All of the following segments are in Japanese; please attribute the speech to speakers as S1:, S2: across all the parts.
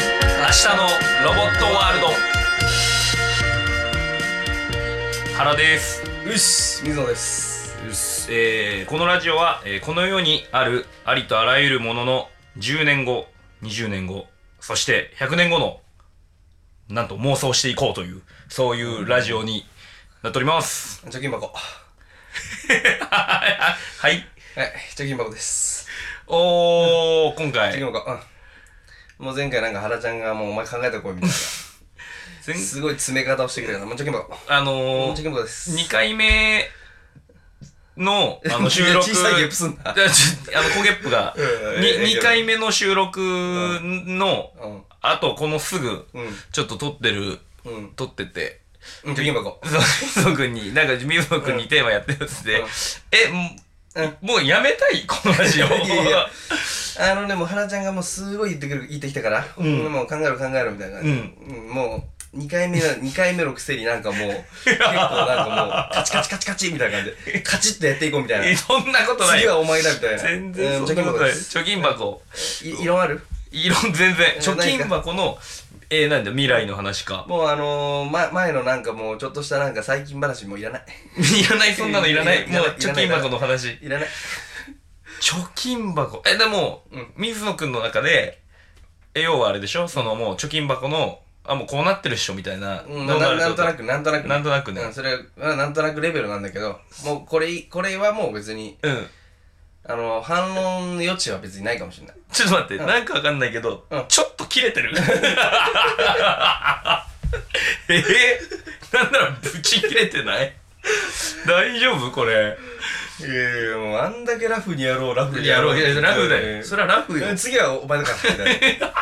S1: 日のロボットワールド原です
S2: うし水野です
S1: うっすえーこのラジオは、えーこの世にあるありとあらゆるものの10年後20年後そして100年後のなんと妄想していこうというそういうラジオになっております
S2: 貯金箱は
S1: はい
S2: い貯金箱です
S1: おー今
S2: 貯
S1: 回
S2: 金箱うんもう前回なんか原ちゃんがもうお前考えてこいみたいな
S1: 前
S2: すごい詰め方をしてきたからもう貯金箱も
S1: あ
S2: う
S1: の
S2: 貯
S1: ー、
S2: 金箱です
S1: 2回目のあの収
S2: いや
S1: 録
S2: 小さいゲップすんな
S1: じゃあちょあの小ゲップが
S2: うんいやいやいや
S1: 2, 回目の収録の
S2: うん
S1: あとこのすぐ
S2: うん
S1: ちょっと撮ってる
S2: うん
S1: 撮ってて
S2: うん貯金箱
S1: 水野君になんか水野君にテーマやってるやつで、
S2: うん
S1: えも
S2: うん
S1: もうやめたい このラジオ
S2: いやいやあのねもう原ちゃんがもうすごい言ってくる言ってきたから、
S1: うん
S2: もう考えろ考えろみたいな、
S1: うん
S2: うんもう2回目の2回目のくせになんかもう結構なんかもうカチカチカチカチみたいな感じでカチッとやっていこうみたい
S1: え
S2: な
S1: そんなことない
S2: 次はお前だみたいな
S1: 全然
S2: うん
S1: そん
S2: 貯
S1: な
S2: 金
S1: こ
S2: 箱
S1: とない
S2: です
S1: 貯金箱
S2: い色ある
S1: いろん全然
S2: え
S1: 貯金箱のえー、なんだ未来の話か
S2: もうあのー、ま、前のなんかもうちょっとしたなんか最近話もういらない
S1: いらないそんなのいらない
S2: い
S1: も
S2: や
S1: う
S2: いらない
S1: 貯金箱の話
S2: いらない
S1: 貯金箱えでも、
S2: うん
S1: 水野君の中でえ要はあれでしょそのもう貯金箱のあもうこうなってるっしょみたいな、
S2: うん
S1: の
S2: な
S1: があ
S2: な
S1: る
S2: んとな
S1: って
S2: くなんとなく
S1: なんとなくね
S2: うん、それはなんとなくレベルなんだけどもうこれこれはもう別に
S1: ことうん
S2: あの反論の余地は別にないかもしれない
S1: ちょっと待って、
S2: うん
S1: なんかわかんないけど、
S2: うん
S1: ちょっと切れて る。えー、なんならブチ切れてない大丈夫これ。
S2: いやいやもうあんだけラフにやろうラフ
S1: いや、ラフラフだよ。そ
S2: そ
S1: れはラフよ。
S2: れ
S1: い
S2: 次はお前だからみたいな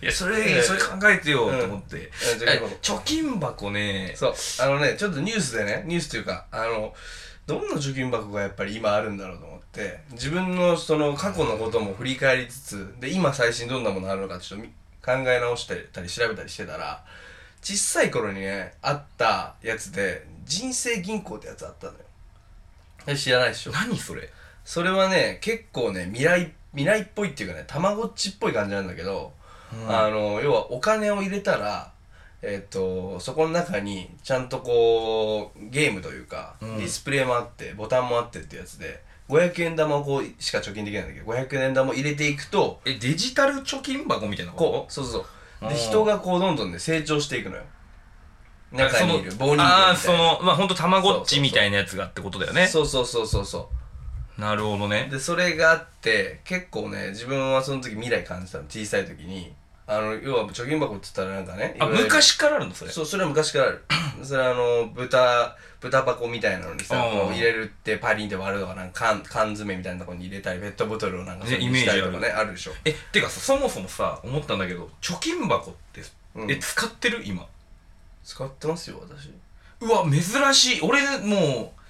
S1: や、それ、それ考えてよ、と思って。
S2: うん
S1: え貯金箱ね、
S2: そうあのねちょっとニュースでねニュースというかあのどんな貯金箱がやっぱり今あるんだろうと思って自分のその過去のことも振り返りつつで今最新どんなものあるのかちょっとみ考え直してたり調べたりしてたら小さい頃にねあったやつで人生銀行ってやつあったのよえ知らないでしょ
S1: 何それ
S2: それはね結構ね未来未来っぽいっていうかねたまごっちっぽい感じなんだけど、あの要はお金を入れたらえっ、とそこの中にちゃんとこうゲームというか、
S1: うん
S2: ディスプレイもあってボタンもあってってやつで500円玉をこうしか貯金できないんだけど500円玉を入れていくと
S1: え、デジタル貯金箱みたいな
S2: こ
S1: こ
S2: うそうそうそう
S1: うん
S2: で人がこうどんどんね成長していくのよ
S1: となんか
S2: 中
S1: その
S2: にいる棒人間みたいな
S1: ああ、その、まあ、ほんと、たまごっちみたいなやつがってことだよね。
S2: そうそうそうそうそう
S1: なるほどね。
S2: でそれがあって結構ね自分はその時未来感じたの小さい時にあの要は貯金箱って言ったらなんかね
S1: あ、
S2: いわゆる
S1: 昔からあるのそれ。
S2: そうそれは昔からあ るそれはあの豚豚箱みたいなのにさ
S1: うん
S2: こう入れるってパリンで割るとかなんか缶缶詰みたいなとこに入れたりペットボトルをなんか
S1: ね
S2: そういうふうにしたりとか
S1: イメ
S2: ねあるでしょ
S1: えてかさそもそもさ思ったんだけど貯金箱って、
S2: うん
S1: え使ってる今
S2: 使ってますよ私
S1: うわ珍しい俺もう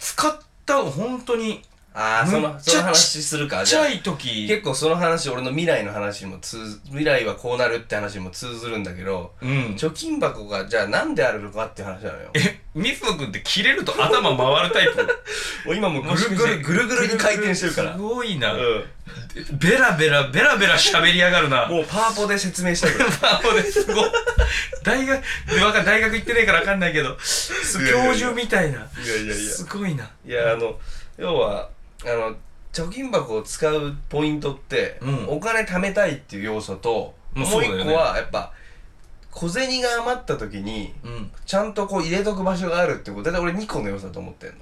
S1: 使った本当に
S2: ああそ
S1: む
S2: の
S1: っちゃ
S2: その話するか
S1: ちっちゃ
S2: じゃ
S1: い
S2: あ
S1: 時
S2: 結構その話俺の未来の話にも通ず未来はこうなるって話にも通ずるんだけど
S1: うん
S2: 貯金箱がじゃあなんであるのかっていう話なのよ
S1: え水野君って切れると頭回るタイプ
S2: もう今もうぐるぐるぐるぐるに回転してるから。
S1: すごいな、
S2: う、
S1: ベラベラベラベラ喋りやがるなん
S2: もうパーポで説明したいぐらい
S1: あ俺すごい大学でわかん大学行ってねえから分かんないけどす
S2: いやいやい
S1: 教
S2: や
S1: 授みたいない
S2: やいやいや
S1: すごいない
S2: やあの要はあの貯金箱を使うポイントって、
S1: うん
S2: お金貯めたいっていう要素と、
S1: まあ
S2: もう一
S1: そうだよね
S2: 個はやっぱ小銭が余った時に
S1: うん
S2: ちゃんとこう入れとく場所があるってことだいたい俺2個の要素だと思ってんの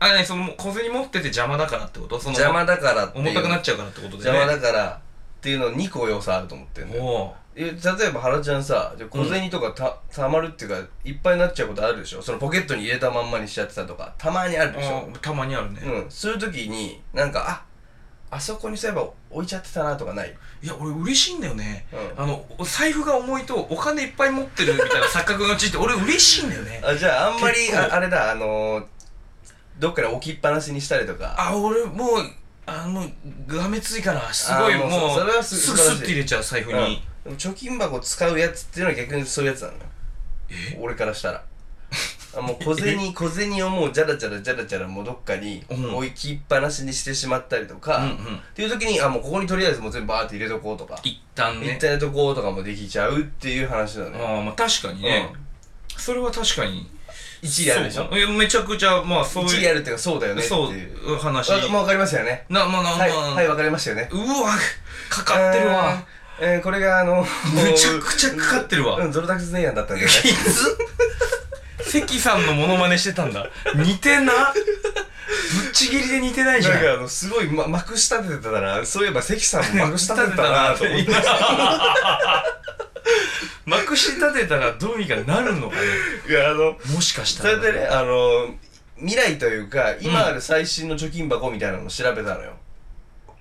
S1: あ何その小銭持ってて邪魔だからってことその
S2: 邪魔だからっていう
S1: 重たくなっちゃうからってことで
S2: 邪
S1: ね
S2: 魔だからっていうの2個要素あると思ってんのよ
S1: おう
S2: え例えば原ちゃんさじゃあ小銭とかた、たまるっていうかいっぱいになっちゃうことあるでしょそのポケットに入れたまんまにしちゃってたとかたまにあるでしょ
S1: あたまにあるね、
S2: うんそういう時になんかああそこにそういえば置いちゃってたなとかない
S1: いや俺嬉しいんだよね、
S2: うん
S1: あのお財布が重いとお金いっぱい持ってるみたいな錯覚のうちって俺嬉しいんだよね
S2: あじゃああんまり
S1: 結構
S2: ああれだあのーどっかに置きっぱなしにしたりとか
S1: あ俺もうあもうがめついからすごい
S2: あ
S1: も
S2: も
S1: う
S2: うそそれはす
S1: すぐ
S2: 素晴ら
S1: す
S2: しい
S1: って入れちゃう財布
S2: う
S1: に、
S2: んでも貯金箱使うやつっていうのは逆にそういうやつなのよ
S1: え
S2: 俺からしたらあもう小 銭小銭をもうじゃらじゃらじゃらじゃらもうどっかに
S1: うん
S2: 置きっぱなしにしてしまったりと
S1: う
S2: か、
S1: んう
S2: っ
S1: ん
S2: ていう時にあもうここにとりあえずもう全部バーって入れとこうとか、
S1: 一旦
S2: 一
S1: ね
S2: 体のとこうとかもできちゃうっていう話だね
S1: ああまあ確かにね、
S2: う
S1: それは確かに
S2: 一理あるでしょ
S1: そういやめちゃくちゃまあそう
S2: 一理
S1: い
S2: あ
S1: う
S2: るっていうかそうだよねって
S1: そう
S2: いう
S1: 話
S2: わもう分かりましたよね
S1: なまあなまあ、
S2: はいはい分かりましたよね
S1: うわかかってるわ、
S2: えーえーこれがあの
S1: めちゃくちゃかかってるわ
S2: うんゾロタクスネイヤンだったんだよね
S1: きつ 関さんのモノマネしてたんだ似てなぶっちぎりで似てないじゃ
S2: なん
S1: ん
S2: かあのすごい、ま、まくしたててたなそういえば関さんもまくしたててたなと思って
S1: まくし立てたらどうにかなるのかね
S2: いやあの
S1: もしかし
S2: そ
S1: たら
S2: れでねあの未来というか今ある最新の貯金箱みたいなのを調べたのよ、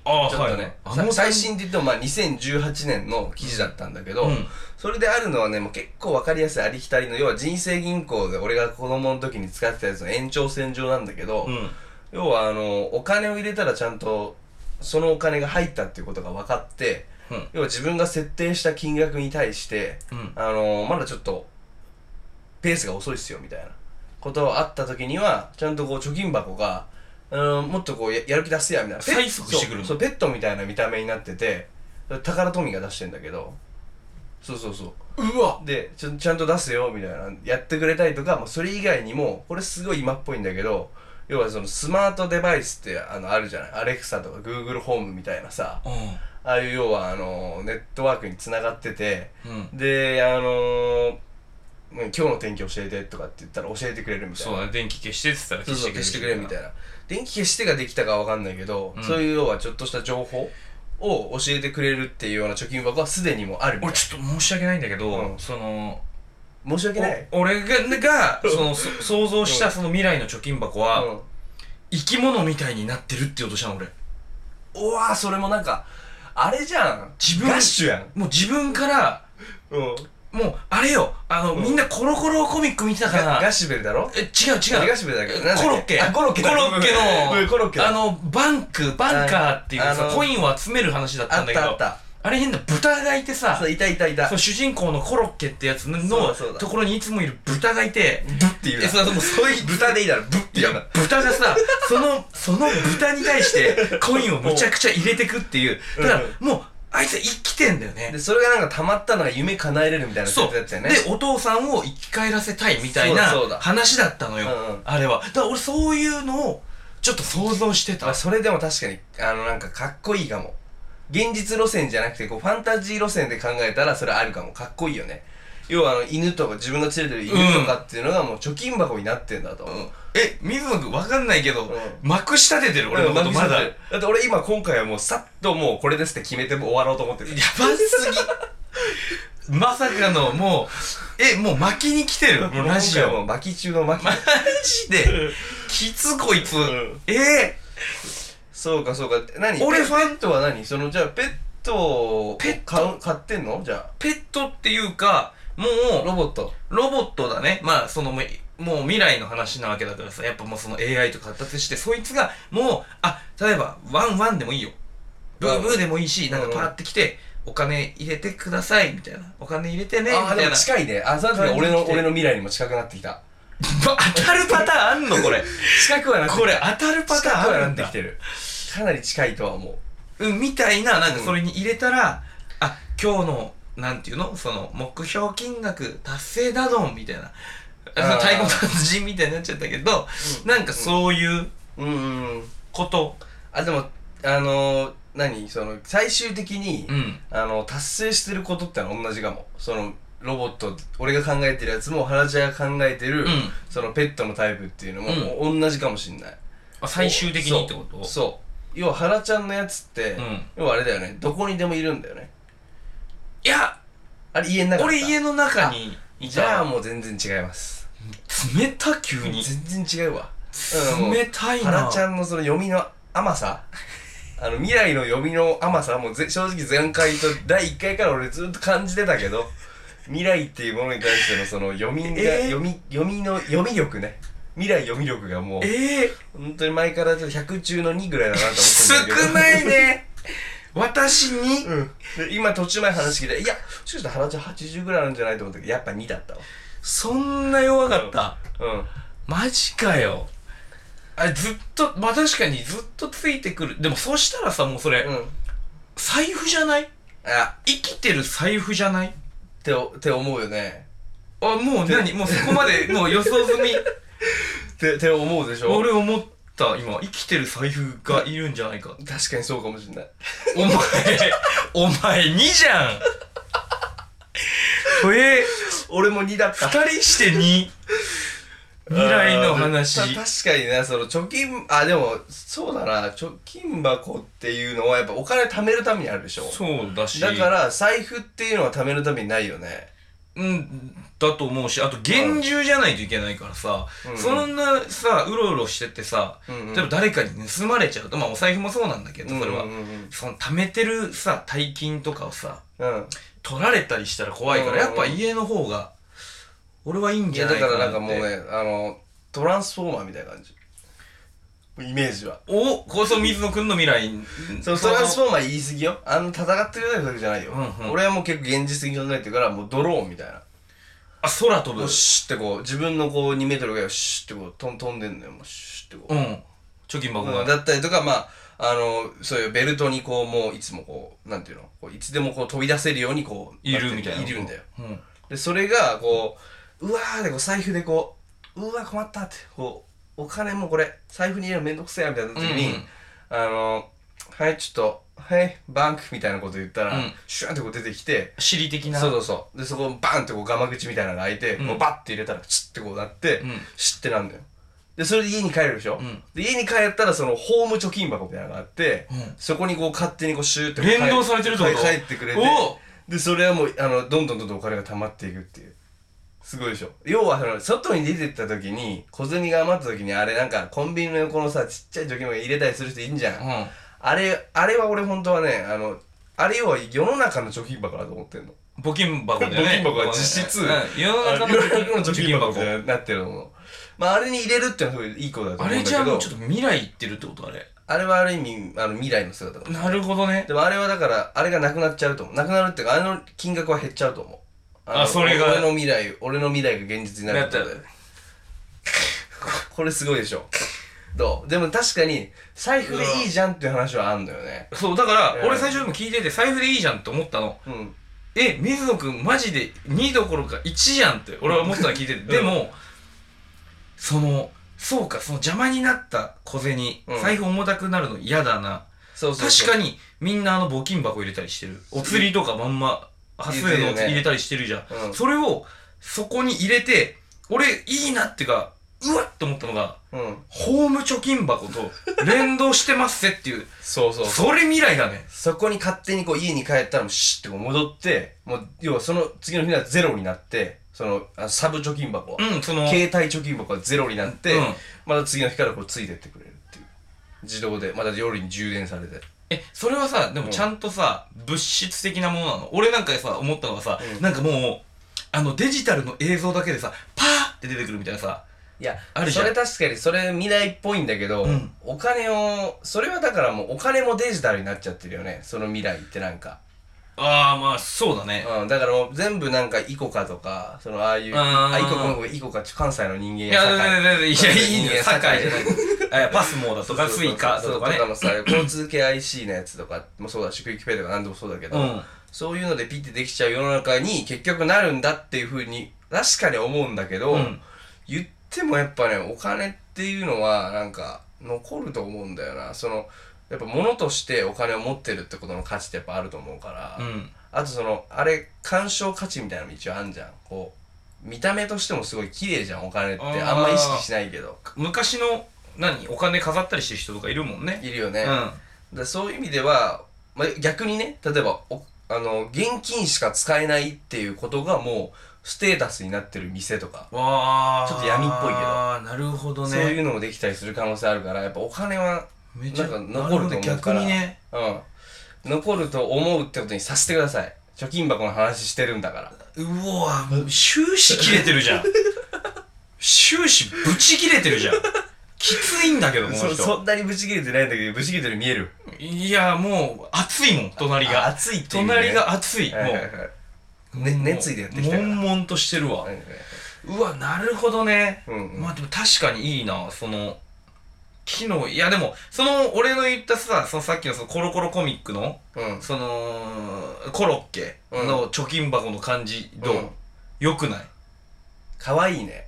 S1: ああ
S2: ちょっと
S1: は
S2: ね
S1: い、
S2: さ最新って言ってもまあ2018年の記事だったんだけど、
S1: うん
S2: それであるのはねもう結構わかりやすいありきたりの要は人生銀行で俺が子供の時に使ってたやつの延長線上なんだけど、
S1: うん
S2: 要はあのお金を入れたらちゃんとそのお金が入ったっていうことが分かって
S1: うん
S2: 要は自分が設定した金額に対して
S1: うん
S2: あのまだちょっとペースが遅いっすよみたいなことがあった時にはちゃんとこう貯金箱が、うん、もっとこうややる気出すやみたいなペッ
S1: 催促してくるの
S2: そうそうペットみたいな見た目になってて宝トミーが出してんだけどそうそうそう
S1: うわ
S2: でちゃんちゃんと出すよみたいなやってくれたりとか、まあ、それ以外にもこれすごい今っぽいんだけど要はそのスマートデバイスってあのあるじゃないアレクサとか Google ホームみたいなさ
S1: う
S2: ああいう要はあのネットワークにつながってて
S1: んうん
S2: であのうん今日の天気教えてとかって言ったら教えてくれるみたい
S1: そう
S2: な
S1: だね電気消してって言った
S2: そう
S1: ら
S2: そう消してくれるみた
S1: ない
S2: な電気消してができたかわかんないけど、
S1: うん
S2: そういう要はちょっとした情報を教えてくれるっていうような貯金箱はすでにもうあるみたい
S1: 俺ちょっと申し訳ないんだけど、
S2: うん
S1: その
S2: な申し訳ない
S1: お俺ががそのそ 想像したその未来の貯金箱は、
S2: うん
S1: 生き物みたいになってるってことしたの俺
S2: おわそれもなんかあれじゃん
S1: 自分
S2: ガッシュやん
S1: もう自分から
S2: うん
S1: もうあれよあの、
S2: うん
S1: みんなコロコロコミック見てたか
S2: ガ
S1: ら
S2: ッシュベルだろ
S1: え違う違
S2: ガ
S1: う
S2: ッシュベルだっけど
S1: コロッケ
S2: あコロッケだ
S1: コロッケの
S2: うんコロッケだ
S1: あのバンクバンカーっていう
S2: あ
S1: さ
S2: の
S1: コインを集める話だった
S2: あ
S1: ん
S2: っ
S1: だけど
S2: た
S1: あ
S2: あった
S1: れ変な豚がいてさ
S2: そういたいたいた
S1: そう主人公のコロッケってやつの
S2: そうそうだ
S1: ところにいつもいる豚がいて
S2: ブッて言う
S1: えそうそうもうそういう
S2: 豚でいいだろブッ
S1: い
S2: て言
S1: や
S2: うな
S1: 豚がさそのその豚に対してコインをむちゃくちゃ入れてくっていうだからもうあいつ生きてんだよね
S2: でそれがなんかたまったのが夢叶えれるみたいな
S1: そう。
S2: やつだったよね
S1: で、お父さんを生き返らせたいみたいな
S2: そうだそうだ
S1: 話だったのよ
S2: うんうん。
S1: あれは。だから俺そういうのをちょっと想像して
S2: まあ、
S1: た。
S2: それでも確かにあのなんかかっこいいかも現実路線じゃなくてこうファンタジー路線で考えたらそれあるかもかっこいいよね要はあの犬とか自分が連れてる犬とかっていうのがもう貯金箱になってんだと、
S1: うんえ、水野くんわかんないけど
S2: ん、
S1: 幕下出てる俺
S2: 俺
S1: の
S2: の
S1: ことまだ。
S2: だ
S1: や
S2: って俺今今回はもうさっともうこれですって決めて終わろうと思ってる
S1: ばすぎ。まさかのもう、え、もう巻きに来てる。もうラジ
S2: 今回は
S1: オ。
S2: もう巻き中の 巻き
S1: マジで、きつこいつ。
S2: ん
S1: え
S2: そうかそうか何
S1: 俺
S2: ペペットは何そのじゃあペットを
S1: ペット
S2: 買う買ってんのじゃ
S1: ーペットっていうか、も
S2: あ
S1: う
S2: ロ、ボット
S1: ロボットだね。まあ、そのもう、もう未来の話なわけだからさ、やっぱもうその AI とか発達して、そいつがもう、あ、例えば、ワンワンでもいいよ。ブーブーでもいいし、なんかパーって来て、お金入れてください、みたいな。お金入れてね、み
S2: ああ
S1: た
S2: で
S1: い
S2: も
S1: な。
S2: 近いねあそうだね
S1: 感じ
S2: 俺
S1: に
S2: の
S1: 来て
S2: 俺の未来にも近くなってきた
S1: ば当たるパターンあんのこれ。
S2: 近くはなってきた
S1: これ当たるパターンあるん
S2: 近くはなって
S1: だ
S2: き。てるかなり近いとは思う
S1: うん、みたいな、なんか
S2: うん
S1: それに入れたら、あ、今日の、なんていうのその、目標金額達成だどん、みたいな。あ
S2: あー
S1: 太鼓の達人みたいになっちゃったけど、なんかそういう
S2: うんうん
S1: こと。
S2: あでもあのー、何その最終的に、
S1: うん。
S2: あの達成してることってのは同じかもそのロボット俺が考えてるやつも原ちゃんが考えてる、
S1: うん
S2: そのペットのタイプっていうのも,、同じかもしんない
S1: あ最終的にってこと
S2: そうそう要は原ちゃんのやつって、
S1: うん
S2: 要はあれだよねどこにでもいるんだよね
S1: いや
S2: あれ家の中だっ
S1: 俺
S2: た
S1: 家の中にいた
S2: じゃあもう全然違います
S1: 冷た急に
S2: 全然違うわうんもう
S1: 冷たい
S2: は
S1: な
S2: らちゃんのその読みの甘さあの未来の読みの甘さもうぜ正直前回と第1回から俺ずっと感じてたけど未来っていうものに対してのその読みが、
S1: えー
S2: 読み読みの読み力ね未来読み力がもう
S1: ええ
S2: 本当に前からちょっと100中の2ぐらいだなと思ってんだけど
S1: 少ないね私に、
S2: うん、で今途中前話聞いていやもしかしたら原ちゃん80ぐらいあるんじゃないと思ったけどやっぱ2だったわ
S1: そんな弱かった。
S2: うん
S1: マジかよ。
S2: あれずっ
S1: と、まあ、確かにずっとついてくる。でもそうしたらさ、もうそれ、
S2: うん
S1: 財布じゃない
S2: あ
S1: 生きてる財布じゃない
S2: っておって思うよね
S1: あ、もう何もうそこま で、もう予想済み。
S2: ってって思うでしょ
S1: 俺思った、今。生きてる財布がいるんじゃないか。
S2: 確かにそうかもしれない
S1: お前、お前2じ ゃん。これ、
S2: 俺も2だった
S1: 2人して2。未来の話
S2: あ。ーた確かにねその貯金あでもそうだな貯金箱っていうのはやっぱお金貯めるためにあるでしょ
S1: そうだし。
S2: だから財布っていうのは貯めるためにないよね
S1: うん、だと思うし、あと厳重じゃないといけないからさ、
S2: うん
S1: そんなさ、うろうろしててさ、
S2: うんうん
S1: 例えば誰かに盗まれちゃうと、まあお財布もそうなんだけど、それは。
S2: うんうんうん
S1: その貯めてるさ、大金とかをさ、
S2: うん
S1: 取られたりしたら怖いから、
S2: うん
S1: やっぱ家の方が、俺はいいん
S2: い
S1: じ
S2: や
S1: ゃな
S2: だ
S1: い
S2: か
S1: からな
S2: な
S1: っ
S2: ん
S1: て。
S2: かもうねあのトランスフォーマーみたいな感じイメージは
S1: おこそ水野くんの未来
S2: そうトランスフォーマー言い過ぎよあの戦ってるだけじゃないよ、
S1: うんうん
S2: 俺はもう結構現実的に考えてるからもうドローンみたいな
S1: あ、空飛
S2: も
S1: ぶ
S2: う。シュッてこう自分のこう2メートルぐらいをシュッてこうとん飛んでんのよもうシュッてこう、
S1: うん。貯金箱
S2: うん
S1: が。
S2: だったりとかまああのそういうベルトにこうもういつもこうなんていうのこういつでもこう飛び出せるようにこう
S1: いるみたいな。
S2: いるんだよ
S1: うん。
S2: でそれがこううわーでこう財布でこううわー困ったってこうお金もこれ財布に入れるのめんどくせえやみたいな時に、
S1: うんうん
S2: あのはいちょっとはいバンクみたいなこと言ったら、
S1: うん
S2: シュワンってこう出てきて
S1: 尻的な。
S2: そうそうそうでそこバンってこうガマ口みたいなのが開いて、
S1: うん
S2: こうバッて入れたらチッってこうなって、
S1: うん
S2: シュッてなんだよでそれで家に帰るでしょ、
S1: うん
S2: で家に帰ったらそのホーム貯金箱みたいなのがあって、
S1: うん
S2: そこにこう勝手にこうシューってこう帰
S1: 連動されてるってこと
S2: 帰ってくれて
S1: お
S2: でそれはもうあのどんどんどんどんお金が溜まっていくっていうすごいでしょ要はその外に出てった時に小銭が余った時にあれなんかコンビニの横のさちっちゃい貯金箱に入れたりする人いんじゃん、
S1: うん。
S2: あれあれは俺本当はねあのあれ要は世の中の貯金箱だと思ってんの
S1: 募金箱だよね。
S2: 募金箱は実質
S1: うん世の中
S2: 世の
S1: の
S2: 中の貯
S1: 貯
S2: 金
S1: 金
S2: 箱
S1: 箱
S2: み。たいになってるのもまああれに入れるっていうのはすごいいいことだと
S1: あ
S2: 思うん
S1: れじ
S2: だけど
S1: ゃあもうちょっと未来行ってるってことあれ。
S2: あれはある意味あの未来の姿だ
S1: なるほどね。
S2: でもあれはだからあれがなくなっちゃうと思うなくなるっていうかあの金額は減っちゃうと思うの
S1: あそれが
S2: 俺の未来俺の未来が現実になるってことで
S1: なっ
S2: これすごいでしょどうでも確かに財布でいいじゃんっていう話はあんだよね
S1: そう、だから、
S2: うん
S1: 俺最初でも聞いてて、財布でいいじゃんって思ったの。
S2: うん
S1: え、水野くんマジで2どころか1じゃんって俺は思ってたの聞いてて。でも、その、そうか、その邪魔になった小銭、
S2: うん
S1: 財布重たくなるの嫌だな。
S2: そうそう
S1: 確
S2: そう
S1: かにみんなあの募金箱入れたりしてる。お釣りとかまんま、発生のお釣り入れたりしてるじゃん。
S2: うん
S1: それをそこに入れて、俺いいなってか、うわっと思ったのが、
S2: うん
S1: ホーム貯金箱と連動してますぜっていう、
S2: そうそう
S1: それ未来だね。
S2: そこに勝手にこう家に帰ったらもうシュッてこう戻ってもう要はその次の日にはゼロになってそのあサブ貯金箱は、
S1: うん、その、
S2: 携帯貯金箱はゼロになって、
S1: うん
S2: また次の日からこうついてってくれるっていう自動でまた夜に充電されて
S1: え、それはさ、でもちゃんとさ、物質的なものなの俺なんかさ、思ったのがさ、なんかもう、あのデジタルの映像だけでさ、パーって出てくるみたいなさ、
S2: いや
S1: あるじ
S2: そ
S1: ゃん
S2: れ確かにそれ未来っぽいんだけど、
S1: うん
S2: お金をそれはだからもうお金もデジタルになっちゃってるよねその未来ってなんか、
S1: ああ、まあそうだね。
S2: うん、だからもう全部なんかイコカとかそのああいう
S1: うん
S2: あイコカもイコカ関西の人間
S1: い
S2: や
S1: や、
S2: 堺
S1: いやいやいやいいんだ
S2: いや
S1: よ、堺じゃ ない。あパスモーだとか、スイカ
S2: そう
S1: と
S2: そうそう
S1: かね
S2: と。かのさ交通系 IC のやつとかもそうだしクイックペイとか何でもそうだけど、
S1: うん
S2: そういうのでピッてできちゃう世の中に結局なるんだっていうふうに確かに思うんだけど、
S1: うん
S2: 言ってもやっぱねお金っていうのはなんか残ると思うんだよなそのやっぱ物としてお金を持ってるってことの価値ってやっぱあると思うから、
S1: うん。
S2: あとそのあれ鑑賞価値みたいなのも一応あんじゃんこう見た目としてもすごい綺麗じゃんお金って
S1: あー
S2: あんま意識しないけど
S1: 昔の、何お金飾ったりしてる人とかいるもんね。
S2: いるよね、
S1: うん。
S2: だからそういう意味では、まあ、逆にね例えばおあの現金しか使えないっていうことがもうステータスになってる店とか、
S1: わあ。
S2: ちょっと闇っぽいけど
S1: あーなるほどね。
S2: そういうのもできたりする可能性あるからやっぱお金は
S1: めちゃ
S2: なんか残ると思
S1: なほど
S2: うから
S1: ね逆にね。
S2: うん残ると思うってことにさせてください貯金箱の話してるんだから
S1: うおわ、もう終始切れてるじゃん。終始ブチ切れてるじゃん。きついんだけど、この
S2: そ
S1: 人。
S2: そんなにブチ切れてないんだけどブチ切れてるように見える
S1: いや、もう、熱いもん、隣
S2: あ
S1: が。
S2: 熱いっていう、ね、
S1: 隣が熱い。も。
S2: はいはいはいうね熱意でやってきたから
S1: 悶々としてるわ。
S2: はいはいはい
S1: うわなるほどね、
S2: うんうん
S1: まあでも確かにいいなその機能いやでもその俺の言ったさそのさっきのそのコロコロコミックの
S2: うん
S1: そのコロッケの貯金箱の感じどう、
S2: うん
S1: よ くない
S2: 可愛いね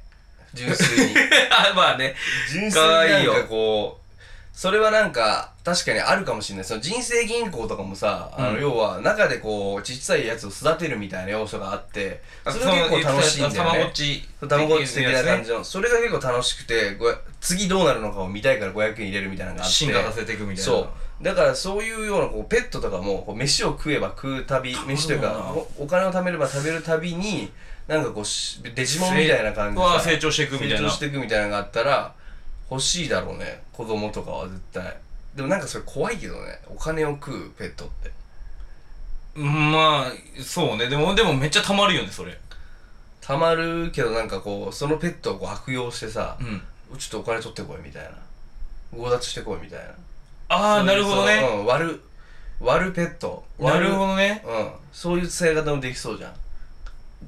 S2: 純粋に
S1: あまあね
S2: 純
S1: 可愛
S2: 粋
S1: い
S2: に
S1: よ
S2: なんかこうそれはなんか確かにあるかもしれないその人生銀行とかもさ、あ
S1: う
S2: の
S1: ん
S2: 要は中でこうちっちゃいやつを育てるみたいな要素があってそれが
S1: の
S2: 結構楽しいんだ
S1: た
S2: よ
S1: まご
S2: ね
S1: っち
S2: たまごっち的な感
S1: じ
S2: じのそれが結構楽しくてご次どうなるのかを見たいから500円入れるみたいなのがあって
S1: 進化させていくみたいな
S2: そうだからそういうようなこうペットとかもこう飯を食えば食うたび飯という
S1: なる
S2: か
S1: ほ
S2: おお金を貯めれば貯めるたびになんかこうしデジモンみたいな感じで
S1: わあ
S2: さ
S1: 成長していくみたい
S2: 成
S1: な
S2: 長していくみたいなのがあったら欲しいだろうね子供とかは絶対でもなんかそれ怖いけどねお金を食うペットって
S1: まあそうねでもでもめっちゃたまるよねそれ
S2: たまるけどなんかこうそのペットをこう悪用してさ、
S1: うん
S2: ちょっとお金取ってこいみたいな強奪してこいみたいな
S1: ああなるほどね
S2: そういううん、割る割るペット
S1: な
S2: 割
S1: るほどね
S2: うんそういう使い方もできそうじゃん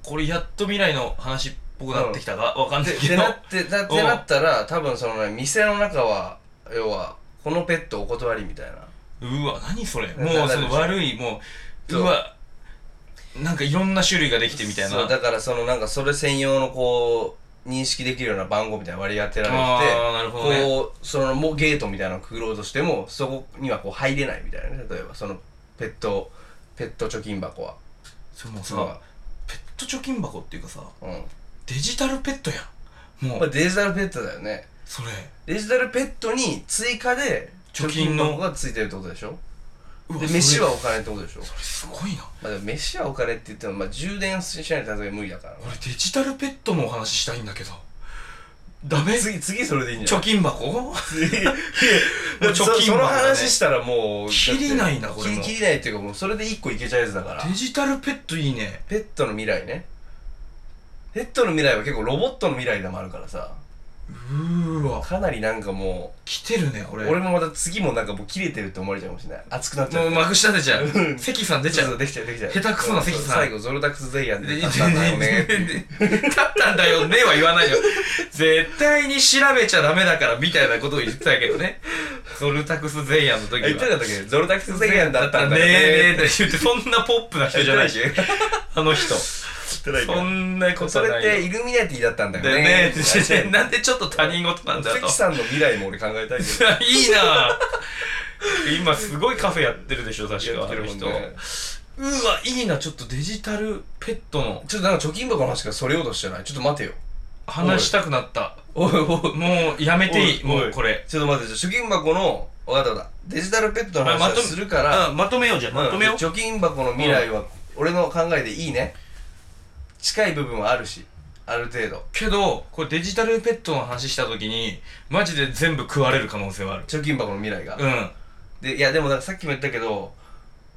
S1: これやっと未来の話っぽくなってきたが、わかんない
S2: っ
S1: け
S2: て
S1: ど
S2: なってだってなったら多分そのね店の中は要はこのペットお断りみたいな
S1: うわ何それも
S2: な
S1: う
S2: なる
S1: そ
S2: でしょ
S1: の悪いもう
S2: そう
S1: うわなんかいろんな種類ができてみたいな
S2: そうだからそのなんかそれ専用のこう認識できるような番号みたいな割り当てられ
S1: あーなる
S2: て
S1: ほどね
S2: こうそのもうゲートみたいなのをくぐろうとしてもそこにはこう入れないみたいなね例えばそのペットペット貯金箱は
S1: それもうさ、
S2: ま
S1: ペット貯金箱っていうかさ
S2: あうんやっ
S1: デジタルペットやんも
S2: ぱ
S1: う
S2: デジタルペットだよね
S1: それ
S2: デジタルペットに追加で貯
S1: 貯
S2: 金
S1: 金の
S2: 箱がついてるってことでしょ
S1: うわ
S2: で
S1: それ
S2: 飯はお金ってことでしょ
S1: それすごいな
S2: まあでも飯はお金って言ってもまあ充電しないとさすがに無理 だから
S1: 俺デジタルペットのお話したいんだけどダメ
S2: 次次それでいいんじゃ
S1: 貯
S2: ない
S1: 金箱
S2: 次
S1: もう貯金
S2: そ
S1: 箱だね
S2: その話したらもう
S1: 切りないなこれも
S2: 切り切りないっていうかもうそれで1個いけちゃうやつだから
S1: デジタルペットいいね
S2: ペットの未来ねペットの未来は結構ロボットの未来でもあるからさ
S1: うーわ
S2: かなりなんかも
S1: 来てるねこ
S2: う
S1: れ
S2: 俺もまた次もなんかもう切れてるって思われちゃうかもしれない熱くなっちゃ
S1: も
S2: う
S1: う幕下出ちゃう
S2: うん
S1: 関さん出ちゃ
S2: そうそうできちゃうできちゃう
S1: 下手くそな関さん
S2: そう最後ゾルダックス・ゼイアンで
S1: で
S2: 立ったんだよねっていう
S1: 立ったんだよねは言わないよ絶対に調べちゃダメだからみたいなことを言ってたけどねソルタクス・ゼイアンの時は
S2: 言ってなかったっけゾルダックス・ゼイアンだったんだ
S1: ね
S2: よ
S1: えねえ
S2: ね
S1: って言ってそんなポップな人じゃない し
S2: 言って
S1: あの人
S2: ないけど
S1: そんなこと
S2: そ
S1: は
S2: れ
S1: な
S2: っ
S1: いよ
S2: てイルミナティだったんだよ
S1: で
S2: ね
S1: ねえなんでちょっと他人事なんだと
S2: 関さんの未来も俺考えたいけど
S1: いいなあ今すごいカフェやってるでしょ確かあの人うわいいなちょっとデジタルペットの
S2: ちょっとなんか貯金箱の話からそれようとしてないちょっと待てよ
S1: 話したくなった
S2: おいおい
S1: もうやめていい
S2: おいおい
S1: もうこれ
S2: ちょっと待って貯金箱のわかったわかったデジタルペットの
S1: ま
S2: 話
S1: と
S2: を
S1: め
S2: するから、
S1: うんまとめようじゃんまとめよう
S2: 貯金箱の未来は俺の考えでいいね近い部分はあるしある程度
S1: けどこれデジタルペットの話した時にマジで全部食われる可能性はある
S2: 貯金箱の未来が、
S1: うん
S2: でいやでもなんかさっきも言ったけど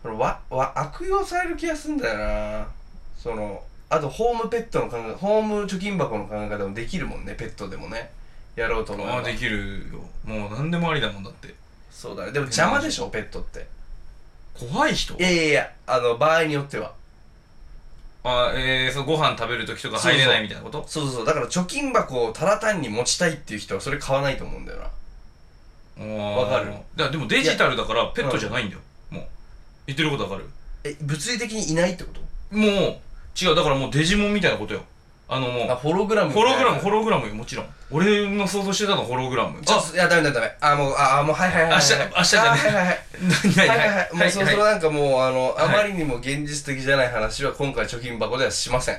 S2: これわわ悪用される気がするんだよなそのあとホームペットの考えホーム貯金箱の考え方もできるもんねペットでもねやろうと思えば
S1: まあできるよもう何でもありだもんだって
S2: そうだねでも邪魔でしょペットって
S1: 怖い人
S2: いやいやいやあの場合によっては
S1: あえー、そのご飯食べる時とか入れないみたいなこと
S2: そうそうそうだから貯金箱をただ単に持ちたいっていう人はそれ買わないと思うんだよな
S1: わ
S2: わかる
S1: だでもデジタルだからペットじゃないんだよもう言ってることわかる
S2: え物理的にいないってこと
S1: もう違うだからもうデジモンみたいなことよあのも
S2: あ
S1: う
S2: ホログラム
S1: ホログラムホ
S2: ロ
S1: ログラムよもちろん俺の想像してたのホログラムあ
S2: いやダメだダメあもうあもうはいはいはいは
S1: 明
S2: い
S1: 日明日じゃねえ
S2: あはいはいはい
S1: 何何
S2: は
S1: 何
S2: いはいはい、もうそろそろ
S1: はい
S2: なんかもうあの、
S1: い
S2: あまりにも現実的じゃない話は今回貯金箱ではしま せん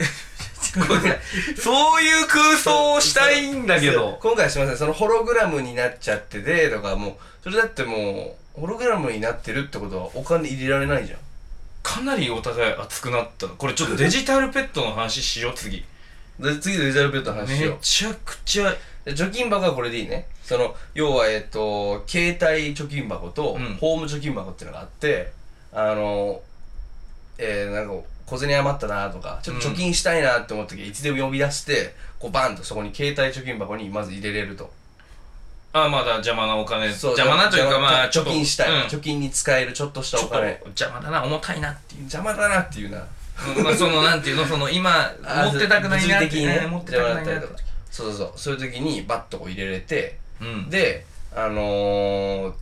S1: ごめんなさいそういう空想をしたいんだけど
S2: 今回はしません そのホログラムになっちゃっててとかもうそれだってもうホログラムになってるってことはお金入れられないじゃん
S1: かなりお互い熱くなったなこれちょっとデジタルペットの話しよう次
S2: で次デジタルペットの話しよ
S1: め
S2: う
S1: ちゃくちゃ
S2: で貯金箱はこれでいいねその要はえっ、と携帯貯金箱と
S1: うん
S2: ホーム貯金箱っていうのがあって、あのえー、なんか小銭余ったなとかちょっと貯金したいなって思った時、いつでも呼び出してこうバンとそこに携帯貯金箱にまず入れれると
S1: あまだ邪魔なお金
S2: そう
S1: 邪魔なというか
S2: 邪魔
S1: まあちょ
S2: 貯
S1: っと
S2: 金したい、
S1: うんちょ
S2: 貯金に使えるちょっとしたお
S1: っと
S2: 金
S1: 邪魔だな重たいなっていう
S2: 邪魔だなっていうな
S1: まあそのなんていうのその今
S2: あ
S1: 持ってたくないな
S2: 物
S1: って、
S2: 理的にね
S1: うん持ってたくない
S2: じゃあ
S1: な
S2: もらったり
S1: と
S2: とかそうそうそうそういう時にバッとこう入れれて
S1: うんで
S2: であのー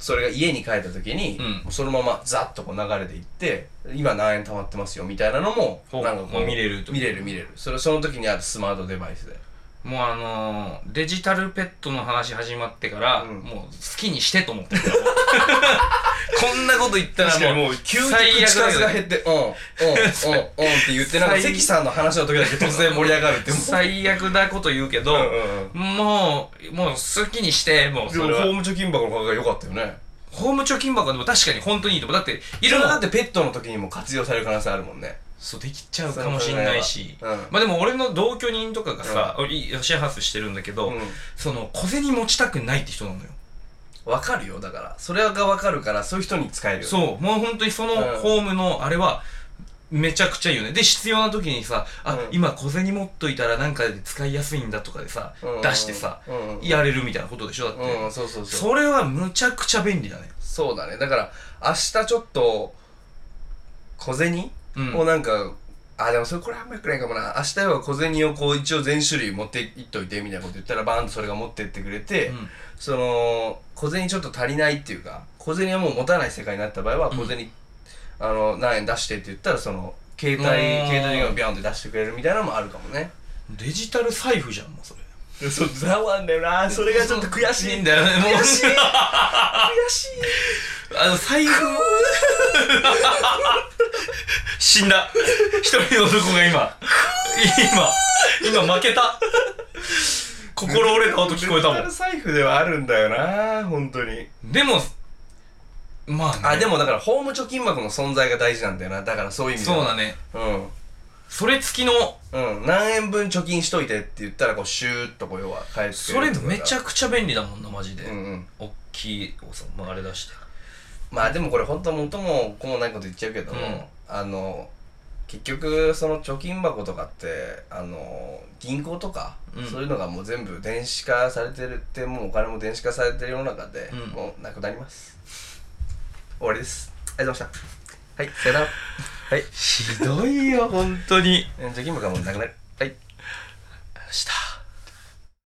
S2: それが家に帰った時に、
S1: う
S2: そのままザッとこう流れていって今何円溜まってますよみたいなのも
S1: ほう
S2: なんかこ
S1: も
S2: う
S1: う見れると
S2: 見れる見れるそれその時にあるスマートデバイスで
S1: もうあのーデジタルペットの話始まってから、
S2: う
S1: も
S2: ん
S1: う好きにしてと 思ってるこんなこと言った
S2: 確からに
S1: も
S2: も
S1: う
S2: う急に
S1: 最悪
S2: 口
S1: だ
S2: 数が
S1: け
S2: 減って「うんうんうんうん」って 言ってなんか
S1: 最
S2: 関さんの話の時だけ突然盛り上がるって
S1: ど
S2: もう
S1: 最悪だこと言うけど、
S2: うんうんうん
S1: もうもう好きにしてもう
S2: で
S1: そ
S2: もホ
S1: れは
S2: ーム貯金箱の方が良かったよね
S1: ホーム貯金箱でも確かに本当にいいと思うだってい
S2: いろ
S1: る
S2: ん
S1: も
S2: なんだってペットの時にも活用される可能性あるもんね
S1: そうできちゃうかもしんないし
S2: その考えはうん
S1: まあでも俺の同居人とかがさ、いシェアハウスしてるんだけど、その小銭持ちたくないって人なのよ
S2: わかるよだからそれがわかるからそういう人に使えるよね
S1: そうもう本当にその
S2: うん
S1: ホームのあれはめちゃくちゃいいよねで必要な時にさあ、
S2: うん
S1: 今小銭持っといたらなんかで使いやすいんだとかでさ、
S2: うんうん
S1: 出してさ、
S2: うんうん
S1: やれるみたいなことでしょだって、
S2: うんそうそうそう
S1: それはむちゃくちゃ便利だね
S2: そうだねだから明日ちょっと小銭
S1: うん
S2: をなんかあでもそれこれあんまよくないかもな明日は小銭をこう一応全種類持っていっといてみたいなこと言ったらバーンとそれが持ってってくれて、
S1: うん
S2: その小銭ちょっと足りないっていうか小銭はもう持たない世界になった場合は小銭、あの何円出してって言ったらその携帯
S1: うーん
S2: 携帯電話ビャンって出してくれるみたいなのもあるかもね
S1: デジタル財布じゃんもうそれ
S2: そうざわんだよなそれがちょっと悔しいんだ
S1: だよねもう
S2: 悔しい
S1: あ
S2: 悔しい
S1: の財布も死んだ一人の男が今今今負けた心折れた音聞こえたも
S2: デ
S1: ん
S2: ジタル財布ではあるんだよな本当に
S1: でも、まあ、ね、
S2: あで、もだからホーム貯金箱の存在が大事なんだよなだからそういう意味で
S1: そう
S2: は
S1: だね。
S2: うん
S1: それ付きの、
S2: うん、何円分貯金しといてって言ったらこうシューッとこう要は返して
S1: それめちゃ
S2: ゃ
S1: くちゃ便利だもんな、マジで。
S2: うんうん
S1: おっきい、おさ、まあ、あれ出して。
S2: まあでもこれ本当元も子もないこと言っちゃうけども、
S1: うん
S2: あの結局その貯金箱とかってあの銀行とか、
S1: うん
S2: そういうのがもう全部電子化されてるってもうお金も電子化されてる世の中で、
S1: うん
S2: もうなくなります終わりですありがとうございましたはいさよならはい
S1: ひどいよ、本当に。
S2: えー貯金箱はもうなくなるはい
S1: した。